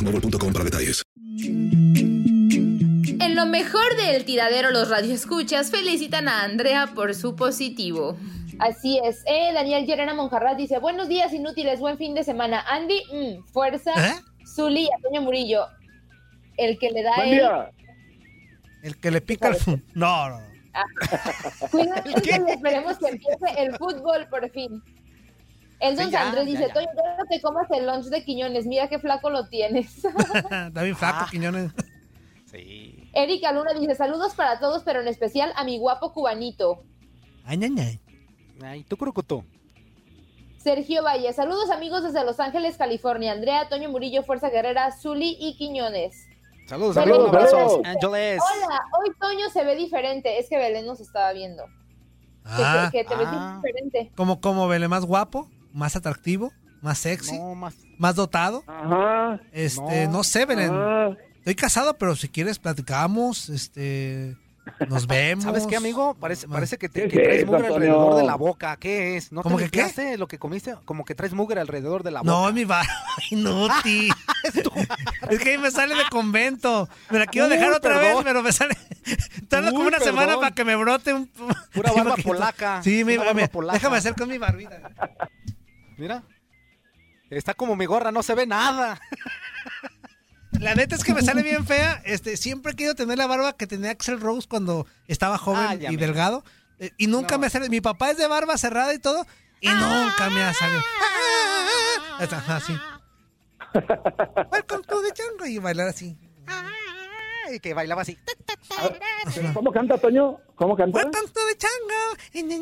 mobile.com para detalles. En lo mejor del tiradero, los radioescuchas felicitan a Andrea por su positivo. Así es. Eh, Daniel Gerena Monjarrat dice: Buenos días, inútiles, buen fin de semana. Andy, mm, fuerza. ¿Eh? Zuli y Antonio Murillo. El que le da Buen el. día. El que le pica el fun. No, no, no. Cuídense, y esperemos que empiece el fútbol por fin. Elson Sí, ya, Andrés ya, dice: ya. Toño, quiero que comas el lunch de Quiñones. Mira qué flaco lo tienes. Está bien Ah. flaco, Quiñones. Sí. Erika Luna dice: Saludos para todos, pero en especial a mi guapo cubanito. Ay, ay, ay. Ay, tú, Crocoto. Sergio Valle, saludos amigos desde Los Ángeles, California. Andrea, Toño Murillo, Fuerza Guerrera, Zuli y Quiñones. Saludos, Saludos, saludos, abrazos. saludos. Ángeles. Hola, hoy Toño se ve diferente. Es que Belén nos estaba viendo. Que, Ah, que te ves ah. diferente. como, como Vele, más guapo, más atractivo, más sexy, No más. más dotado. Ajá. Este, no, No. sé, Belén. Ah, Estoy casado, pero si quieres platicamos, este, nos vemos. ¿Sabes qué, amigo? Parece, Ma- parece que, ¿Qué te, que es traes eso, mugre Antonio? alrededor de la boca. ¿Qué es? ¿No ¿Cómo te que qué? limpiaste lo que comiste? Como que traes mugre alrededor de la boca. No, es mi bar. Inútil. es que ahí me sale de convento. Me la quiero Uy, dejar otra vez, perdón. pero me sale. Tarda como Uy, una semana perdón. para que me brote un. Pura barba Imagínate. polaca. Sí, mi, Pura barba mi- polaca. déjame hacer con mi barbita. Mira. Está como mi gorra, no se ve nada. La neta es que me sale bien fea. Este, siempre he querido tener la barba que tenía Axel Rose cuando estaba joven Ah, y ya me- delgado. Eh, Y nunca No. Ah. me ha salido. Mi papá es de barba cerrada y todo. Y nunca me ha salido. Esta, ajá, así. Welcome to the jungle. Y bailar así. Y que bailaba así. ¿Cómo canta, Toño? ¿Cómo canta? Welcome to the jungle.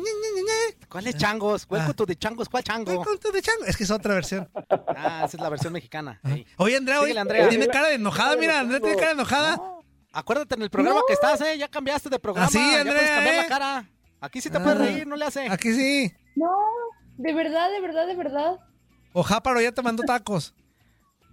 ¿Cuáles changos? Ah. ¿Cuál de changos? ¿Cuál chango? Welcome to the jungle. Es que es otra versión. Ah, esa es la versión mexicana. Ey. Oye, Andrea, hoy Síguele, Andrea. tiene cara de enojada. Mira, Andrea tiene cara de enojada. No. Acuérdate en el programa que estás, ¿eh? Ya cambiaste de programa. Así, ya Andrea, puedes cambiar ¿eh? la cara. Aquí sí te Ah. puedes reír, no le hace. Aquí sí. No, de verdad, de verdad, de verdad. O Jáparo ya te mandó tacos.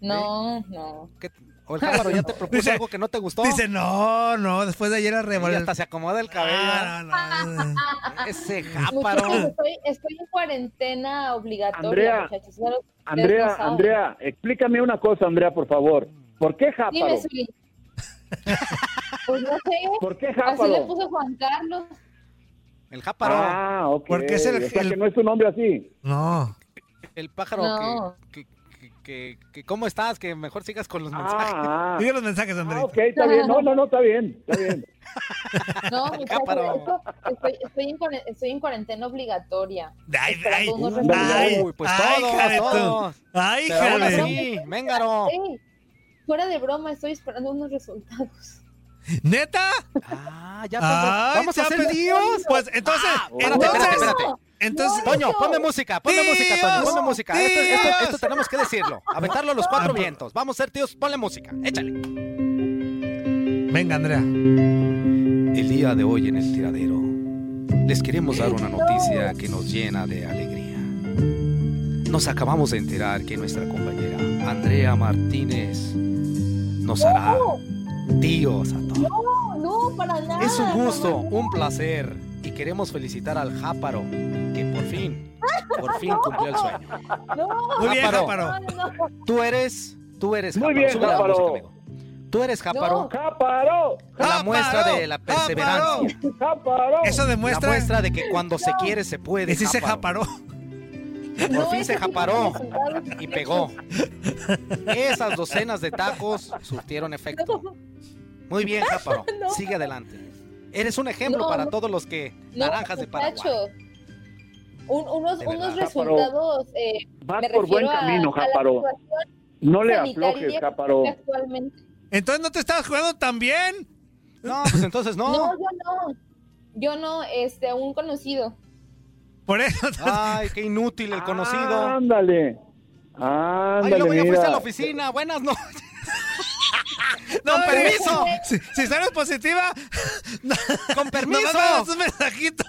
No, no. ¿Qué- O el cámara ya te propuso Dice- algo que no te gustó. Dice, no, no, después de ayer a Y hasta se acomoda el cabello. Ah, no, no, no. Ah. Ese Muchachos, jáparo. estoy, estoy en cuarentena obligatoria, Andrea, muchachos. Es algo que ustedes no Andrea, saben. Andrea, explícame una cosa, Andrea, por favor. ¿Por qué Jáparo? Dime, Zuli. pues no sé. ¿Por qué Así le Jáparo? puso Juan Carlos. El jáparo. Ah, ok. Porque es el- O sea, el- que no es tu nombre así. No. El pájaro No. que, que, que, que- ¿Cómo estás? Que mejor sigas con los mensajes. Ah, ah. Sigue los mensajes, Andrea. Ah, ok, está bien. No, no, no, está bien. Está bien. No, muchachos, Cáparo. esto- estoy, estoy, en, cuaren- estoy en cuarentena obligatoria. Ay, ay, Uy, ay, uy, pues ay, todos, hija de tu- todos. Ay, Pero aún hija de- así, Méngaro. Ey, fuera de broma, estoy esperando unos resultados. ¿Neta? Ah, ya te- Ay, Vamos a está hacer pe- videos. Pues entonces, Ah, entonces, espérate, espérate. Entonces, Toño, ponme música, ponme Tíos, música, Toño, ponme música. Esto, esto- tíos. esto tenemos que decirlo. Aventarlo a los Ah, cuatro pues. vientos. Vamos a ser tíos, ponle música. Échale. venga, Andrea. El día de hoy en el tiradero les queremos dar una noticia que nos llena de alegría. Nos acabamos de enterar que nuestra compañera Andrea Martínez nos hará tíos a todos. No, no, para nada. Es un gusto, un placer y queremos felicitar al Jáparo que por fin, por fin cumplió el sueño. No, Muy bien, Jáparo. Jáparo. no, no. Tú eres, tú eres Muy Jáparo. bien, Súbele la Jáparo. música, amigo. Tú eres Jáparo, ¡Jáparo! la muestra Jáparo, de la perseverancia. ¡Jáparo! Eso La demuestra muestra de que cuando se quiere se puede. que sí se japaró. Por No, fin es se que sí japaró me presentaron. y pegó. Esas docenas de tacos surtieron efecto. Muy bien, Jáparo. No. Sigue adelante. Eres un ejemplo No, para no. todos los que No, naranjas de Paraguay. muchacho. Un- unos De unos verdad. resultados. Eh, Vas me por buen refiero a- camino, a la Jáparo. situación No le sanitaria aflojes, Jáparo. que Actualmente. Entonces no te estabas jugando tan bien. No, pues entonces no. No, yo no. Yo no, este, un conocido. Por eso. Ay, qué inútil el conocido. Ándale. Ay, luego Ah, Ándale, ya fuiste a la mira. oficina. Buenas noches. ¡No, permiso! Si, si sales positiva, Con no permiso. mandas un mensajito.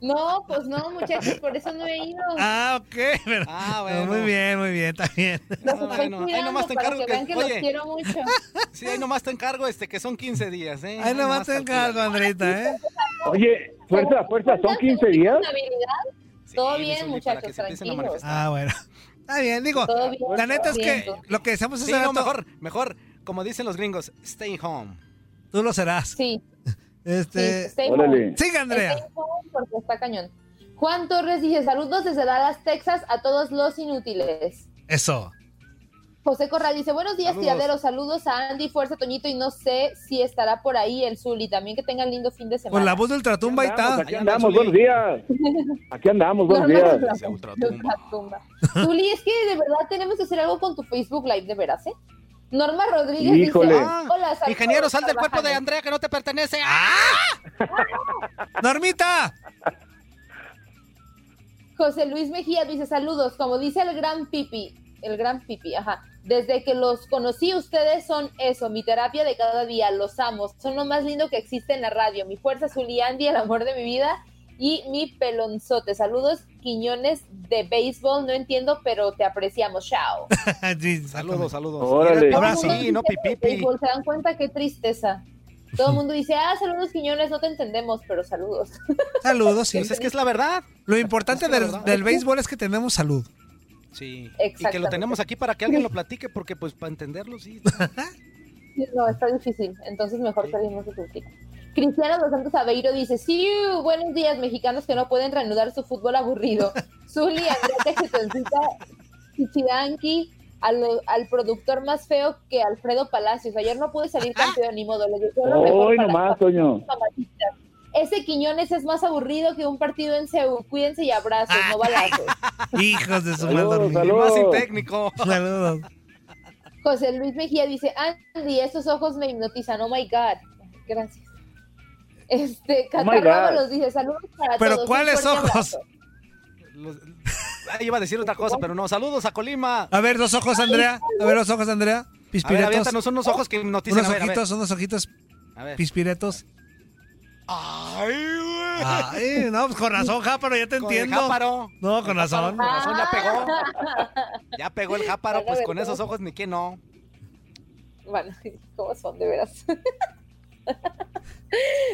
No, pues no, muchachos, por eso no he ido. Ah, ok. pero- Ah, bueno. Ah, Muy bien, muy bien, está bien. Los estoy bueno, ahí cuidando nomás te para encargo que que- vean que oye. los quiero mucho. Sí, ahí nomás te encargo este que son 15 días, ¿eh? Ahí nomás te encargo, calcula. Andreita, ¿eh? Oye, fuerza, fuerza, son Según 15 mi días. habilidad, Sí, Todo Luis bien, Uli, para que muchachos, se empiecen a tranquilos. manifestar. Ah, bueno. Está bien, digo. Todo bien. La neta es que Siento. lo que deseamos es Sí, no, mejor, mejor, como dicen los gringos, stay home. Tú lo serás. Sí, sí, Este, Este. stay home. Órale. Sigue, Andrea. Stay home porque está cañón. Juan Torres dice, saludos desde Dallas, Texas, a todos los inútiles. Eso. este José Corral dice, buenos días, Saludos. tiraderos, saludos a Andy, fuerza, Toñito, y no sé si estará por ahí el Zuli, también que tengan lindo fin de Con la semana. voz de Ultratumba y Andamos, tal. Aquí Ahí anda andamos, Zuli. buenos días. Aquí andamos, buenos No, no, días. no, no. Desde Ultratumba. Ultratumba. Zuli, es que de verdad tenemos que hacer algo con tu Facebook Live, de veras, ¿eh? Norma Rodríguez Híjole. dice, Ah, hola, saludos, Ingeniero, sal del cuerpo de Carvajal". Andrea que no te pertenece. Ah. ¡Normita! José Luis Mejía dice saludos, como dice el gran Pipi, el gran Pipi, ajá. Desde que los conocí, ustedes son eso, mi terapia de cada día, los amo, son lo más lindo que existe en la radio, mi fuerza Zuliandi, el amor de mi vida y mi pelonzote. Saludos, Quiñones de béisbol, no entiendo, pero te apreciamos, chao. Sí, Ah, Saludos, saludos. Órale. Mira, Abrazo. Sí, no Todo el mundo dice pipipi. béisbol, Se dan cuenta qué tristeza. Todo el mundo dice, ah, saludos, Quiñones, no te entendemos, pero saludos. Saludos, sí. Pues es que es la verdad. Lo importante Es que la del, verdad. del béisbol es que tenemos salud. Sí. Y que lo Exactamente. tenemos aquí para que alguien lo platique, porque pues para entenderlo, sí. No, está difícil. Entonces mejor salimos de público. Cristiano Dos Santos Aveiro dice, sí, buenos días, mexicanos que no pueden reanudar su fútbol aburrido. Zuli, Andrea Tejetoncita, Chichidanqui, al, al productor más feo que Alfredo Palacios. Ayer no pude salir campeón, ni modo. Le deseo lo mejor Hoy para nomás, las Toño. mamacitas. Ese Quiñones es más aburrido que un partido en Seúl. Cuídense y abrazos, Ah. no balazos. Hijos de su mal Saludos, dormido. Y más Saludos. técnico. Saludos. José Luis Mejía dice, Andy, estos ojos me hipnotizan, oh my god. Gracias. Este, Oh my Catarroba God. los dice, saludos para Pero todos. un ¿cuáles fuerte ojos? abrazo". Los- Ah, iba a decir otra cosa, pero no. Saludos a Colima. A ver, dos ojos, Andrea. A ver, los ojos, Andrea. A ver, Pispiretos. aviéntanos unos ojos que hipnotizan. Oh, unos a ver, a ver, ojitos, unos ojitos a ver. pispiretos. Ay, güey. Ay, no, pues con razón, Jáparo, ya te Con el entiendo. jáparo. No, con razón. Con razón ya pegó. Ya pegó el jáparo, pues con esos ojos ni que no. Bueno, ¿cómo son, de veras?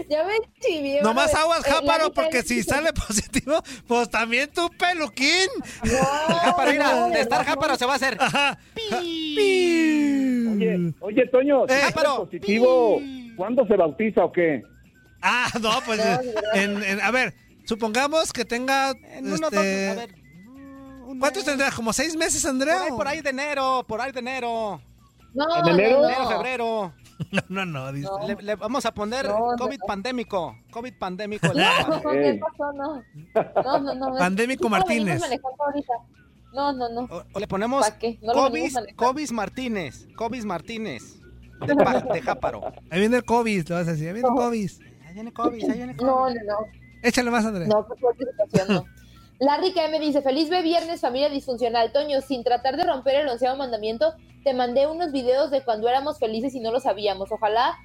ya me chivié. No más bueno, aguas, eh, la Jáparo, neta porque es- si sale positivo, pues también tu peluquín. No, Jáparo, no, mira, de de estar verdad, jáparo se va a hacer. Ajá. Mm. Oye, oye, Toño, si Eh, sale Jáparo. positivo, ¿cuándo se bautiza o qué? Ah, no, pues. No, de verdad. en- en- a ver, supongamos que tenga. En uno, dos, a este, ver. un ¿Cuántos mes. tendrá? ¿Como seis meses, Por Andrea? ahí, por ahí de enero, por ahí de enero. No, ¿En no, enero? no. Enero, febrero. No, no, no. dice. No. Le, le vamos a poner No, no, COVID no. pandémico. COVID pandémico. el No, sábado. ¿qué pasó? No. No, no, no. Pandémico Sí, lo venimos Martínez. manejando ahorita. No, no, no. O, o le ponemos ¿Para qué? No lo COVID, venimos manejando. COVID Martínez. COVID Martínez. De, pa- de Jáparo. Ahí viene el COVID, lo vas a decir. Ahí viene el COVID. Ahí viene COVID, ahí viene COVID. No, no, no. Échale más, Andrea. No, qué fuerte situación, no. Larry KM dice, feliz be viernes, familia disfuncional. Toño, sin tratar de romper el onceavo mandamiento, te mandé unos videos de cuando éramos felices y no lo sabíamos. Ojalá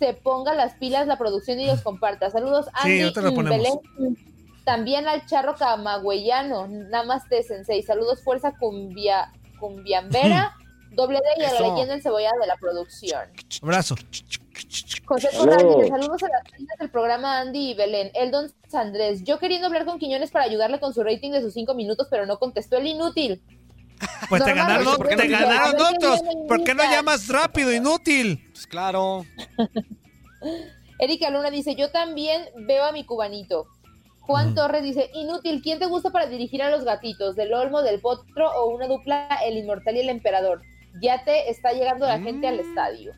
se ponga las pilas la producción y los comparta. Saludos, Andy, ahorita lo mm, ponemos. Belén, mm. También al charro camagüeyano, Namaste Sensei. Saludos, fuerza cumbia, cumbiambera, doble D y a la Eso. leyenda encebollada de la producción. Abrazo. José Corral dice, saludos a las reinas del programa Andy y Belén. Eldon Sandrés, yo queriendo hablar con Quiñones para ayudarle con su rating de sus cinco minutos, pero no contestó el inútil. Pues te Normal, ganaron, ¿por qué no te dices, ganaron a ver qué otros. viene, ¿Por qué no Anita? llamas rápido, inútil? Pues claro. Erika Luna dice, yo también veo a mi cubanito. Mm. Juan Torres dice, inútil, ¿quién te gusta para dirigir a los gatitos? ¿Del Olmo, del Potro o una dupla El Inmortal y el Emperador? Ya te está llegando la gente Mm. al estadio.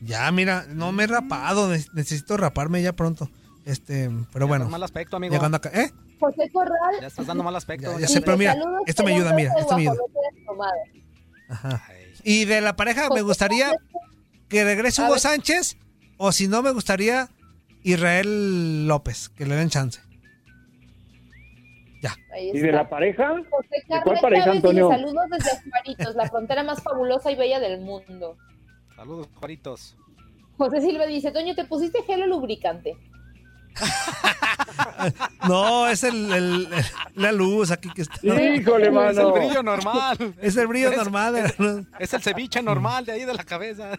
Ya, mira, no me he rapado. ne- Necesito raparme ya pronto. Este, pero Bueno. bueno. Mal aspecto, amigo. Llegando acá. ¿Eh? José Corral Ya estás dando mal aspecto. Ya- ya ya sé, dice, pero mira, "Saludos, esto me ayuda, pedazos mira, de esto me ayuda. guajolote desplomado". Ajá. Ay, Y de la pareja Pues, me gustaría que regrese A Hugo ver. Sánchez o si no me gustaría Israel López, que le den chance. Ahí ¿Y está. de la pareja? José cuál Carlos pareja, Chávez dice, Antonio? saludos desde Juaritos, la frontera más fabulosa y bella del mundo. saludos, Juaritos. José Silva dice, Toño, ¿te pusiste gel o lubricante? No, es el, el- el- la luz aquí que está. Híjole, Es el mano. brillo normal. Es el brillo Es- normal. de la luz. Es el ceviche normal de ahí de la cabeza.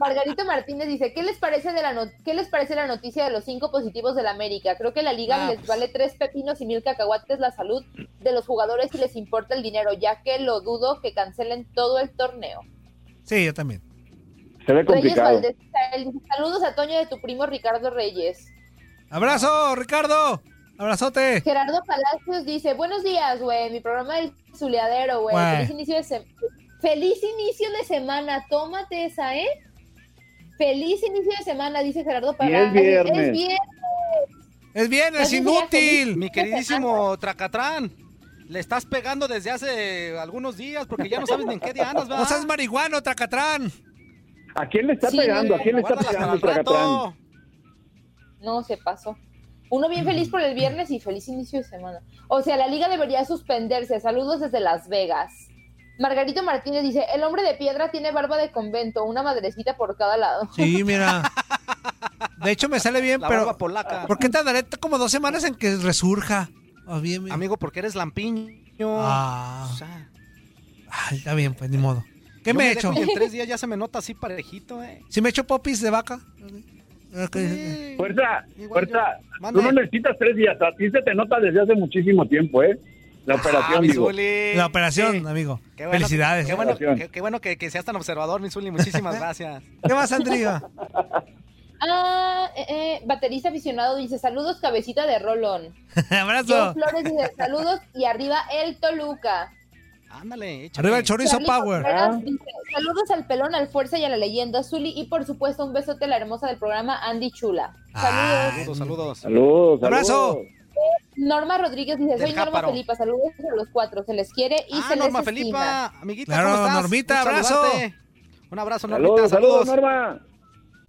Margarito Martínez dice, ¿qué les parece de la no- qué les parece la noticia de los cinco positivos del América? Creo que la liga Ah, les vale tres pepinos y mil cacahuates la salud de los jugadores y les importa el dinero, ya que lo dudo que cancelen todo el torneo. Sí, yo también. Se ve complicado. Reyes Valdés, dice, saludos a Toño de tu primo Ricardo Reyes. Abrazo, Ricardo. Abrazote. Gerardo Palacios dice, buenos días, güey, mi programa del Zuleadero, güey. Güey. Feliz inicio de semana. Feliz inicio de semana, tómate esa, ¿eh? Feliz inicio de semana, dice Gerardo Palacios. viernes. viernes. Es bien, Feliz día, es feliz inútil. Mi queridísimo Tracatrán, le estás pegando desde hace algunos días porque ya no sabes ni en qué día andas, ¿verdad? No seas marihuano, Tracatrán. ¿A quién le está Sí, pegando? ¿A no, quién le está Guárdalas para pegando el el rato. Tracatrán? No, se pasó. Uno bien feliz por el viernes y feliz inicio de semana. O sea, la liga debería suspenderse. Saludos desde Las Vegas. Margarito Martínez dice, el hombre de piedra tiene barba de convento, una madrecita por cada lado. Sí, mira. De hecho, me sale bien, La pero. barba polaca. ¿Por qué tardaré como dos semanas en que resurja? Ah, bien, bien. Amigo, porque eres lampiño. Ah, O sea, ay, está bien, pues ni modo. ¿Qué yo me he hecho? dejo Y en tres días ya se me nota así parejito, ¿eh? Si me echo popis de vaca. Ok. Sí. Fuerza, Igual fuerza. yo. Mande. Tú no necesitas tres días. A ti se te nota desde hace muchísimo tiempo, ¿eh? La Ah, operación, mi digo. Zuli. La operación, Sí. amigo. Qué bueno- Felicidades. Qué bueno, Operación. qué- qué bueno que, que seas tan observador, Mizuli. Muchísimas gracias. ¿Qué más, Andrea? Ah, eh, eh, baterista aficionado dice, saludos cabecita de Rolón. Joe Abrazo. Flores dice, saludos y arriba el Toluca. Ándale, échale. Arriba el chorizo Charlie power. Contreras Ah. dice, saludos al pelón, al fuerza y a la leyenda Zuli y por supuesto un besote a la hermosa del programa Andy Chula. Saludos. Ay, Saludos, saludos. Saludos, saludos. Abrazo. Norma Rodríguez dice, Del soy Norma Jáparo. Felipa, saludos a los cuatro, se les quiere y Ah, se Norma les estima. Felipa, amiguita, Claro, ¿cómo estás? Normita, Un abrazo. saludarte. Un abrazo, Normita, Saludos, saludos. saludos, Norma.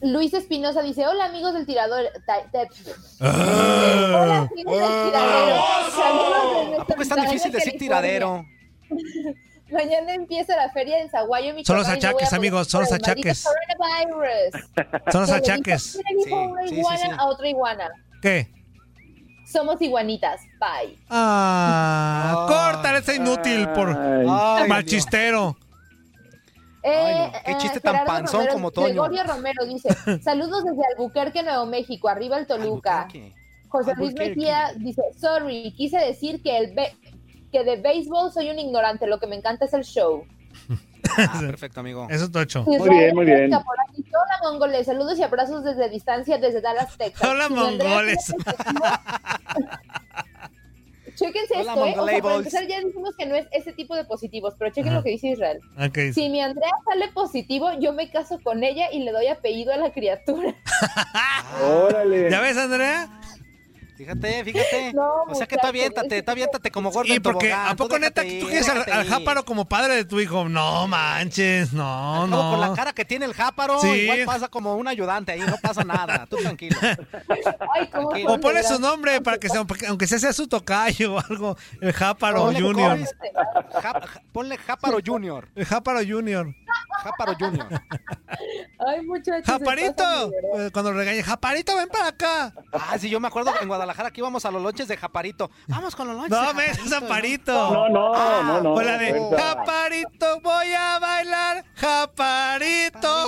Luis Espinosa dice, hola amigos del tirador. ta- ta- Hola Ah. amigos del tiradero. Saludos desde ¿A poco es tan Santa difícil Ana, California. decir tiradero? Mañana empieza la feria en Zaguayo, Michoacán. Son los y no voy a achaques, poder amigos, son los por el maldito achaques. coronavirus. Son los Que le dijo- achaques. que le dijo Sí, una sí, sí, iguana sí. a otra iguana. ¿Qué? Somos iguanitas. Bye. Ah, Ah. córtale este inútil por Ay. Ay, mal Dios. chistero. Ay, no, qué eh, chiste tan Gerardo panzón Romero- como Toño. Gregorio Romero dice, saludos desde Albuquerque, Nuevo México, arriba el Toluca. Albuquerque. José Luis Albuquerque. Mejía dice, sorry, quise decir que el be- que de béisbol soy un ignorante, lo que me encanta es el show. Ah, perfecto, amigo. Eso es tocho. bien, muy bien. Israel Caporali Hola mongoles, saludos y abrazos desde distancia desde Dallas, Texas. Hola, Si Andrea mongoles. tiene perspectiva- Chéquense esto, ¿eh? Hola, O sea, para mongolables. empezar ya dijimos que no es ese tipo de positivos, pero chequen Ajá. lo que dice Israel. Ok. Si mi Andrea sale positivo, yo me caso con ella y le doy apellido a la criatura. Ah. Órale. ¿Ya ves, Andrea? Fíjate, fíjate. No, o sea que tú muchacho, aviéntate, es- tú aviéntate como gordo. Y en porque, tobogán, ¿a tú poco neta déjate tú ir, quieres al, déjate al ir. jáparo como padre de tu hijo? No manches, no, Al cabo, no. Con la cara que tiene el jáparo, Sí. igual pasa como un ayudante ahí, no pasa nada. Tú tranquilo. Ay, cómo Tranquilo. son O de ponle su grandes. nombre para que sea, para que- aunque sea, sea su tocayo o algo. El Jáparo Ponle Junior. Gómez. Ja- ja- ponle Jáparo Junior. El Jáparo Junior. Jáparo Junior. Ay, muchachos. se pasan ¡Japarito! de verdad. Eh, Cuando regañe, ¡Japarito, ven para acá! Ah, sí, yo me acuerdo que en Guadalajara aquí íbamos a los lonches de Japarito. Vamos con los lonches. No, de ven, es Japarito. No, no, no, no. o Ah, la de Ahorita- Japarito, voy a bailar,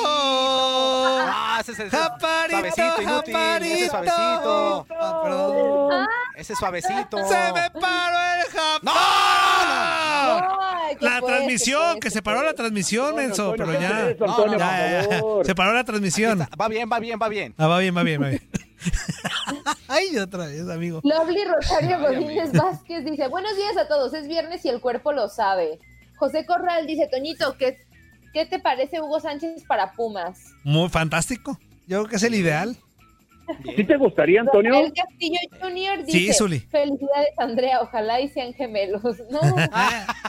Japarito. Ah, ese es el Japarito, suavecito, inútil. Ese es Japarito. suavecito. Ah, perdón. Ese es suavecito. Se me paró el ¡No! Japón. no, ¡Ah! Ay, ¿qué La fue? transmisión, ¿Qué que fue? se paró la transmisión, Enzo, Antonio, pero ¿qué ya. haces, Antonio, No, no, Ya, ya, por ya. favor? Se paró la transmisión. no. Va bien, va bien, va bien. Ah, va bien, va bien, va bien. Ay, otra vez, amigo. Lovely Rosario Godínez Vázquez dice, buenos días a todos, es viernes y el cuerpo lo sabe. José Corral dice, Toñito, ¿qué, qué te parece Hugo Sánchez para Pumas? Muy fantástico. Yo creo que es el ideal. ¿Sí te gustaría, Antonio? Rafael Castillo Jr. Sí, dice, Zuli. felicidades Andrea, ojalá y sean gemelos. No, Ah.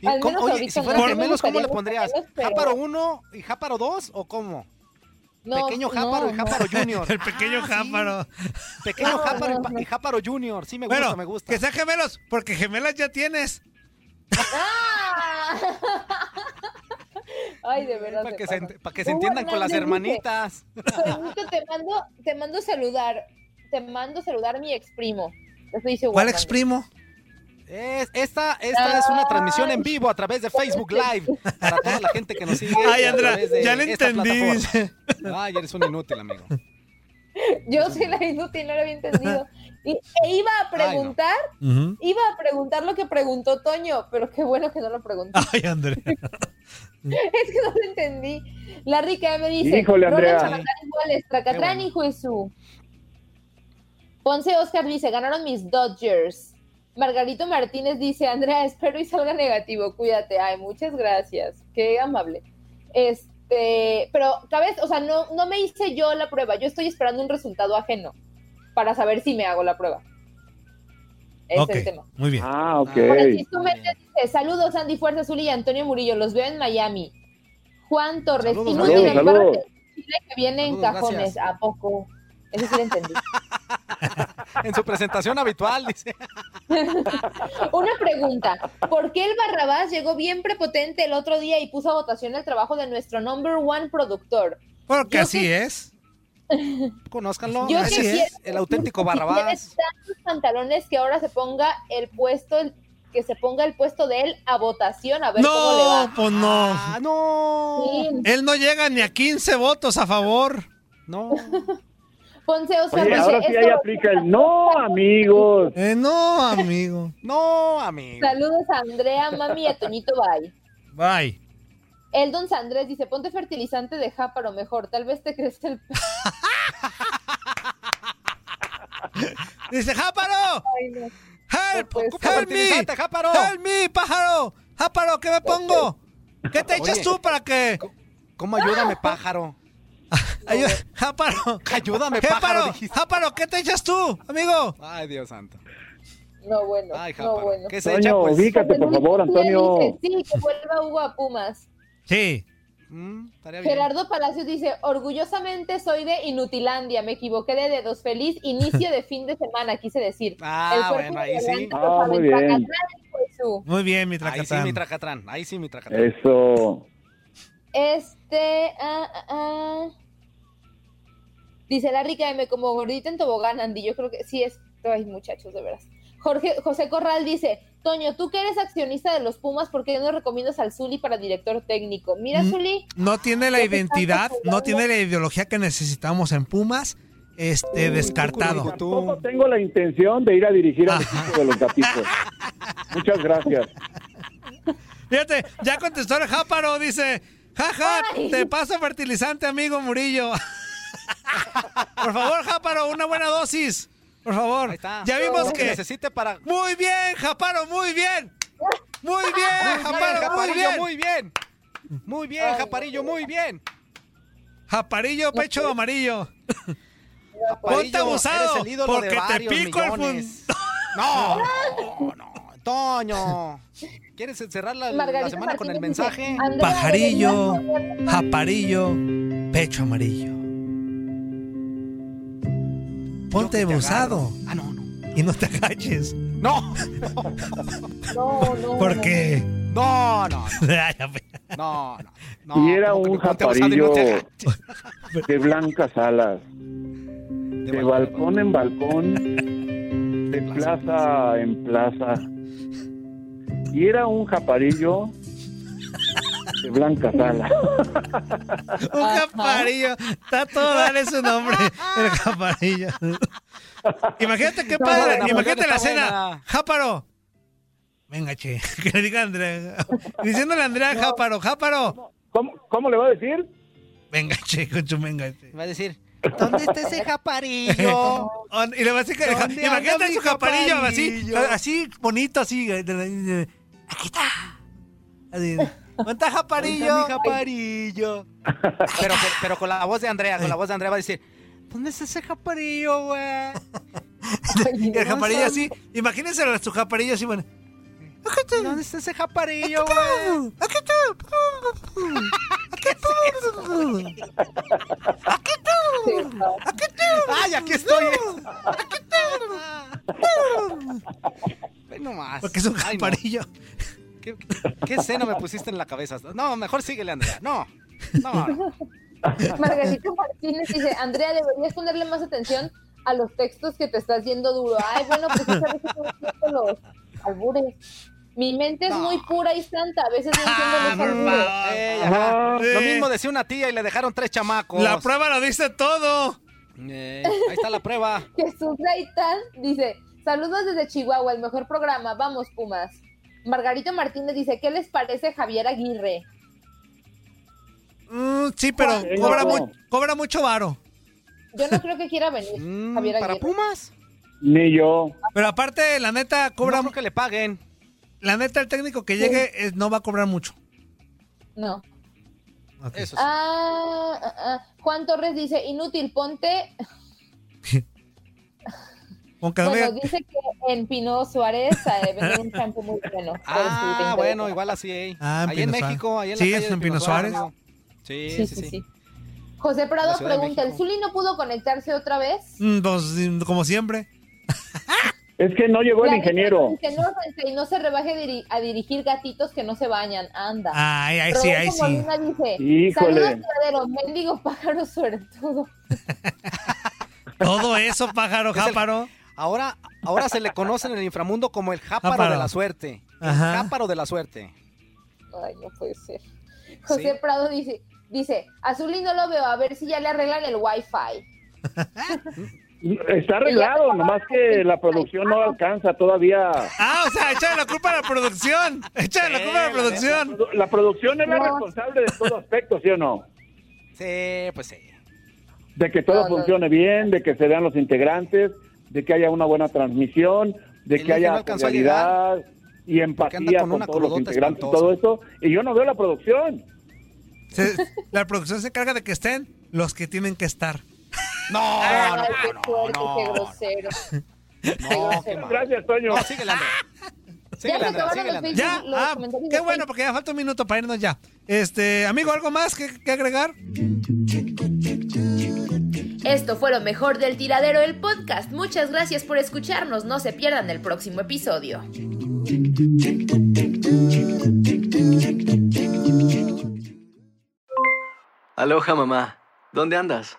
¿Y Al cómo- menos oye, ahorita si no, fueran no me gemelos, ¿cómo le gustaría pondrías? gemelos, pero- ¿Jáparo 1 y Jáparo 2 o cómo? no, pequeño no, Jáparo y no. Jáparo Junior. El pequeño Ah, sí. Jáparo. Pequeño No, Jáparo y no, pa- no. y Jáparo Junior. Sí, me gusta, Bueno, me gusta. que sean gemelos, porque gemelas ya tienes. ¡Ah! Ay, de verdad. Para que, se, pasan. ent- para que se Hugo entiendan con las Hernández dice, hermanitas. Toñito, te mando, te mando saludar, te mando saludar a mi ex primo. Eso dice Hugo ¿Cuál Hernández. exprimo? Es- esta esta es una transmisión en vivo a través de Facebook Live para toda la gente que nos sigue. Ay, a Andrea, través de ya le esta entendí. plataforma. dice. Ay, eres un inútil, amigo. Yo soy la inútil, no lo había entendido. Y, e iba a preguntar, Ujú. iba a preguntar lo que preguntó Toño, pero qué bueno que no lo preguntó. Ay, Andrea. Es que no lo entendí. La rica me dice. Híjole, Roland Andrea. Chabatlán iguales, Tracatrán, Qué hijo de su. Ponce Oscar dice, ganaron mis Dodgers. Margarito Martínez dice, Andrea, espero y salga negativo, cuídate. Ay, muchas gracias. Qué amable. Este, pero, ¿sabes? O sea, no, no me hice yo la prueba. Yo estoy esperando un resultado ajeno para saber si me hago la prueba. Ese Ok, es el tema. muy bien. Ah, ok. Francisco Méndez dice, saludos Andy Fuerza Azul y Antonio Murillo, los veo en Miami. Juan Torres, Saludos, inútil saludos, el barrio saludos. de Chile que viene en Saludos, cajones, gracias. ¿a poco? Eso sí lo entendí. En su presentación habitual, dice. Una pregunta, ¿por qué el Barrabás llegó bien prepotente el otro día y puso a votación el trabajo de nuestro number one productor? Porque Yo así es. Conózcanlo. Yo que Así es. quiero- El auténtico si Barrabás. tiene tantos pantalones que ahora se ponga el puesto, que se ponga el puesto de él a votación, a ver cómo le No, va. pues no. Ah, no. Sí. Él no llega ni a 15 votos a favor. No. Ponce Oscar Oye, dice, ahora sí "Esto ahí va a aplica ser el no, amigos. Eh, no, amigo. No, amigo. Saludos a Andrea, mami y a Toñito Bay. Bye. El don Sandrés dice, ponte fertilizante de jáparo mejor, tal vez te crece el pelo. Dice, Jáparo, Ay, no. help, Pues, help me, fertilizante, Jáparo. help me, pájaro, Jáparo, ¿qué me pongo? ¿Qué te echas Oye. tú para que ¿Cómo ayúdame, pájaro? ayuda? Jáparo, Ayúdame, pájaro. Jáparo, dijiste. Jáparo, ¿qué te echas tú, amigo? Ay, Dios santo. No, bueno, Ay, no, Jáparo. bueno. ¿Qué se echa, Antonio, pues? ubícate, por Luis favor, Gutiérrez Antonio. Ah, dice, sí, que vuelva Hugo a Pumas. Sí. Mm, estaría bien. Gerardo Palacios dice, orgullosamente soy de Inutilandia, me equivoqué de dedos feliz, inicio de fin de semana, quise decir. Ah, bueno, ahí sí. Orlando Ah, muy bien. Pavel Pacatlán, pues, su- Muy bien, mi Ahí sí, mi tracatán. tracatrán. Ahí sí, mi tracatrán. Eso. Este, ah, ah, ah. Dice la rica M como gordita en tobogán, Andy. Yo creo que sí es. Ay, muchachos, de veras. Jorge, José Corral dice, Toño, tú que eres accionista de los Pumas, ¿por qué no recomiendas al Zuli para director técnico? Mira, Mm. Zuli, No tiene la Yo pensaba que identidad, no jugaba. tiene la ideología que necesitamos en Pumas. Este, descartado. Tú. Tampoco tengo la intención de ir a dirigir al Ajá. equipo de los gatitos. Muchas gracias. Fíjate, ya contestó el jáparo, dice, Jaja, Ay. te paso fertilizante, amigo Murillo. Por favor, Jáparo, una buena dosis. Por favor. Ahí está. Ya vimos Lo que. necesite para. Muy bien, Japaro, muy bien. Muy bien, Muy bien, Japaro, muy Japarillo, bien. muy bien. Muy bien, Japarillo, muy bien. Japarillo, pecho amarillo. Ponte Japarillo, abusado, eres el ídolo porque de te varios pico el millones. fun- No, no, no. Toño, ¿quieres encerrar la, la Margarita semana con el Martínez dice, mensaje? Andrea, Pajarillo, deberías poner- Japarillo, pecho amarillo. Ponte Yo que te abusado agarro. Ah, no, no. y no te agaches, No, No, no, porque... no, no, Ay, ya, pues. no, no, no. Y era ¿cómo que un ponte abusado y no te japarillo agaches? de blancas alas, de balcón en balcón, de plaza en plaza. Y era un japarillo de blancas alas. Un japarillo. Está todo darle su nombre. El japarillo. Imagínate qué No, padre. no, no, imagínate no, la está cena. buena. Jáparo. Venga, che. Que le diga a Andrea. Diciéndole a Andrea, Jáparo, Jáparo. ¿Cómo, ¿Cómo le va a decir? Venga, che, con su venga, che. Va a decir, ¿dónde está ese japarillo? On- Y le va a decir que- ¿Dónde anda Imagínate mi su japarillo así. japarillo? Así bonito, así. de- de- de- Aquí está. Así. ¿Dónde está Japarillo, japarillo? japarillo. Pero, con- pero con la voz de Andrea, con la voz de Andrea va a decir, ¿dónde está ese japarillo, güey? Y el japarillo así. Imagínense a su japarillo así, bueno. ¿Dónde está ese japarillo, güey? Aquí está. Aquí está. ¡Ay, aquí estoy! Ve nomás. Porque es un Ay, no. japarillo. ¿Qué, qué escena me pusiste en la cabeza? No, mejor síguele, Andrea. No. No, no. Margarita Martínez dice, Andrea, deberías ponerle más atención a los textos que te estás yendo duro. Ay, bueno, pues esa vez que no entiendo los albures. Mi mente es No. muy pura y santa, a veces no Ah, entiendo por los albures. favor. Ey, ajá. Ah, Sí. Lo mismo decía una tía y le dejaron tres chamacos. Eh. La prueba lo dice todo. Ey, ahí está la prueba. Jesús Gaitán dice, saludos desde Chihuahua, el mejor programa, vamos Pumas. Margarito Martínez dice, ¿qué les parece Javier Aguirre? Mm, sí, pero Juan, cobra, no. mu- cobra mucho varo. Yo no creo que quiera venir Mm, Javier ¿Para Aguirre. Pumas? Ni yo. Pero aparte, la neta, Cobra cobra. que le paguen. La neta, el técnico que llegue eh, no va a cobrar mucho. No. Ok. Eso Pues sí. Ah, ah, ah. Juan Torres dice, inútil, ponte. Aunque no Bueno, diga- dice que en Pino Suárez eh, venden un champú muy bueno. por si Pues, te Ah, interesa. bueno, igual así. ey. Ah, en ahí en Pino Suárez. México, ahí en la Sí, calle es de en Pino Suárez. amigo. Sí, Sí, sí, sí. José La Prado Ciudad de pregunta, ¿el México. Zuli no pudo conectarse otra vez? Mm, pues, como siempre. Es que no llegó el Clarita ingeniero. dice, no, Rente, y no se rebaje a diri- a dirigir gatitos que no se bañan, anda. Ay, ay, sí, ay, Rodolfo sí. Molina dice, Híjole. saludos tiradero, mendigo pájaro suertudo. Todo eso, pájaro, Es el- jáparo. Ahora, ahora se le conoce en el inframundo como el jáparo, Jáparo. de la suerte. Ajá. El jáparo de la suerte. Ay, no puede ser. José Sí. Prado dice, dice, a Zuli no lo veo, a ver si ya le arreglan el wifi. Está arreglado, nomás que la producción no alcanza todavía. Ah, o sea, échale la culpa a la producción. Échale la Sí, culpa a la la producción. La producción es la No. responsable de todo aspecto, ¿sí o no? Sí, pues sí. De que todo No, no. funcione bien, de que se vean los integrantes, de que haya una buena transmisión, de El que Inge no haya alcanzó a solidaridad y empatía con con, una todos los crudota integrantes y todo espantosa. Ah, esto. Y yo no veo la producción. Se- la producción se encarga de que estén los que tienen que estar. No, Ah, no, Ay, qué no, fuerte, qué no, grosero. no, no, qué mal. Gracias, Toño. No, síguele, Andrea. Ah. Ya Síguele, se Andrea, acabaron síguele, los Andrea. Ya, Los ah, comentarios qué de bueno, Facebook. porque ya falta un minuto para irnos ya. Este, amigo, ¿algo más que, que agregar? Esto fue lo mejor del tiradero del podcast. Muchas gracias por escucharnos. No se pierdan el próximo episodio. Aloha mamá, ¿dónde andas?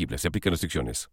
Se aplican restricciones.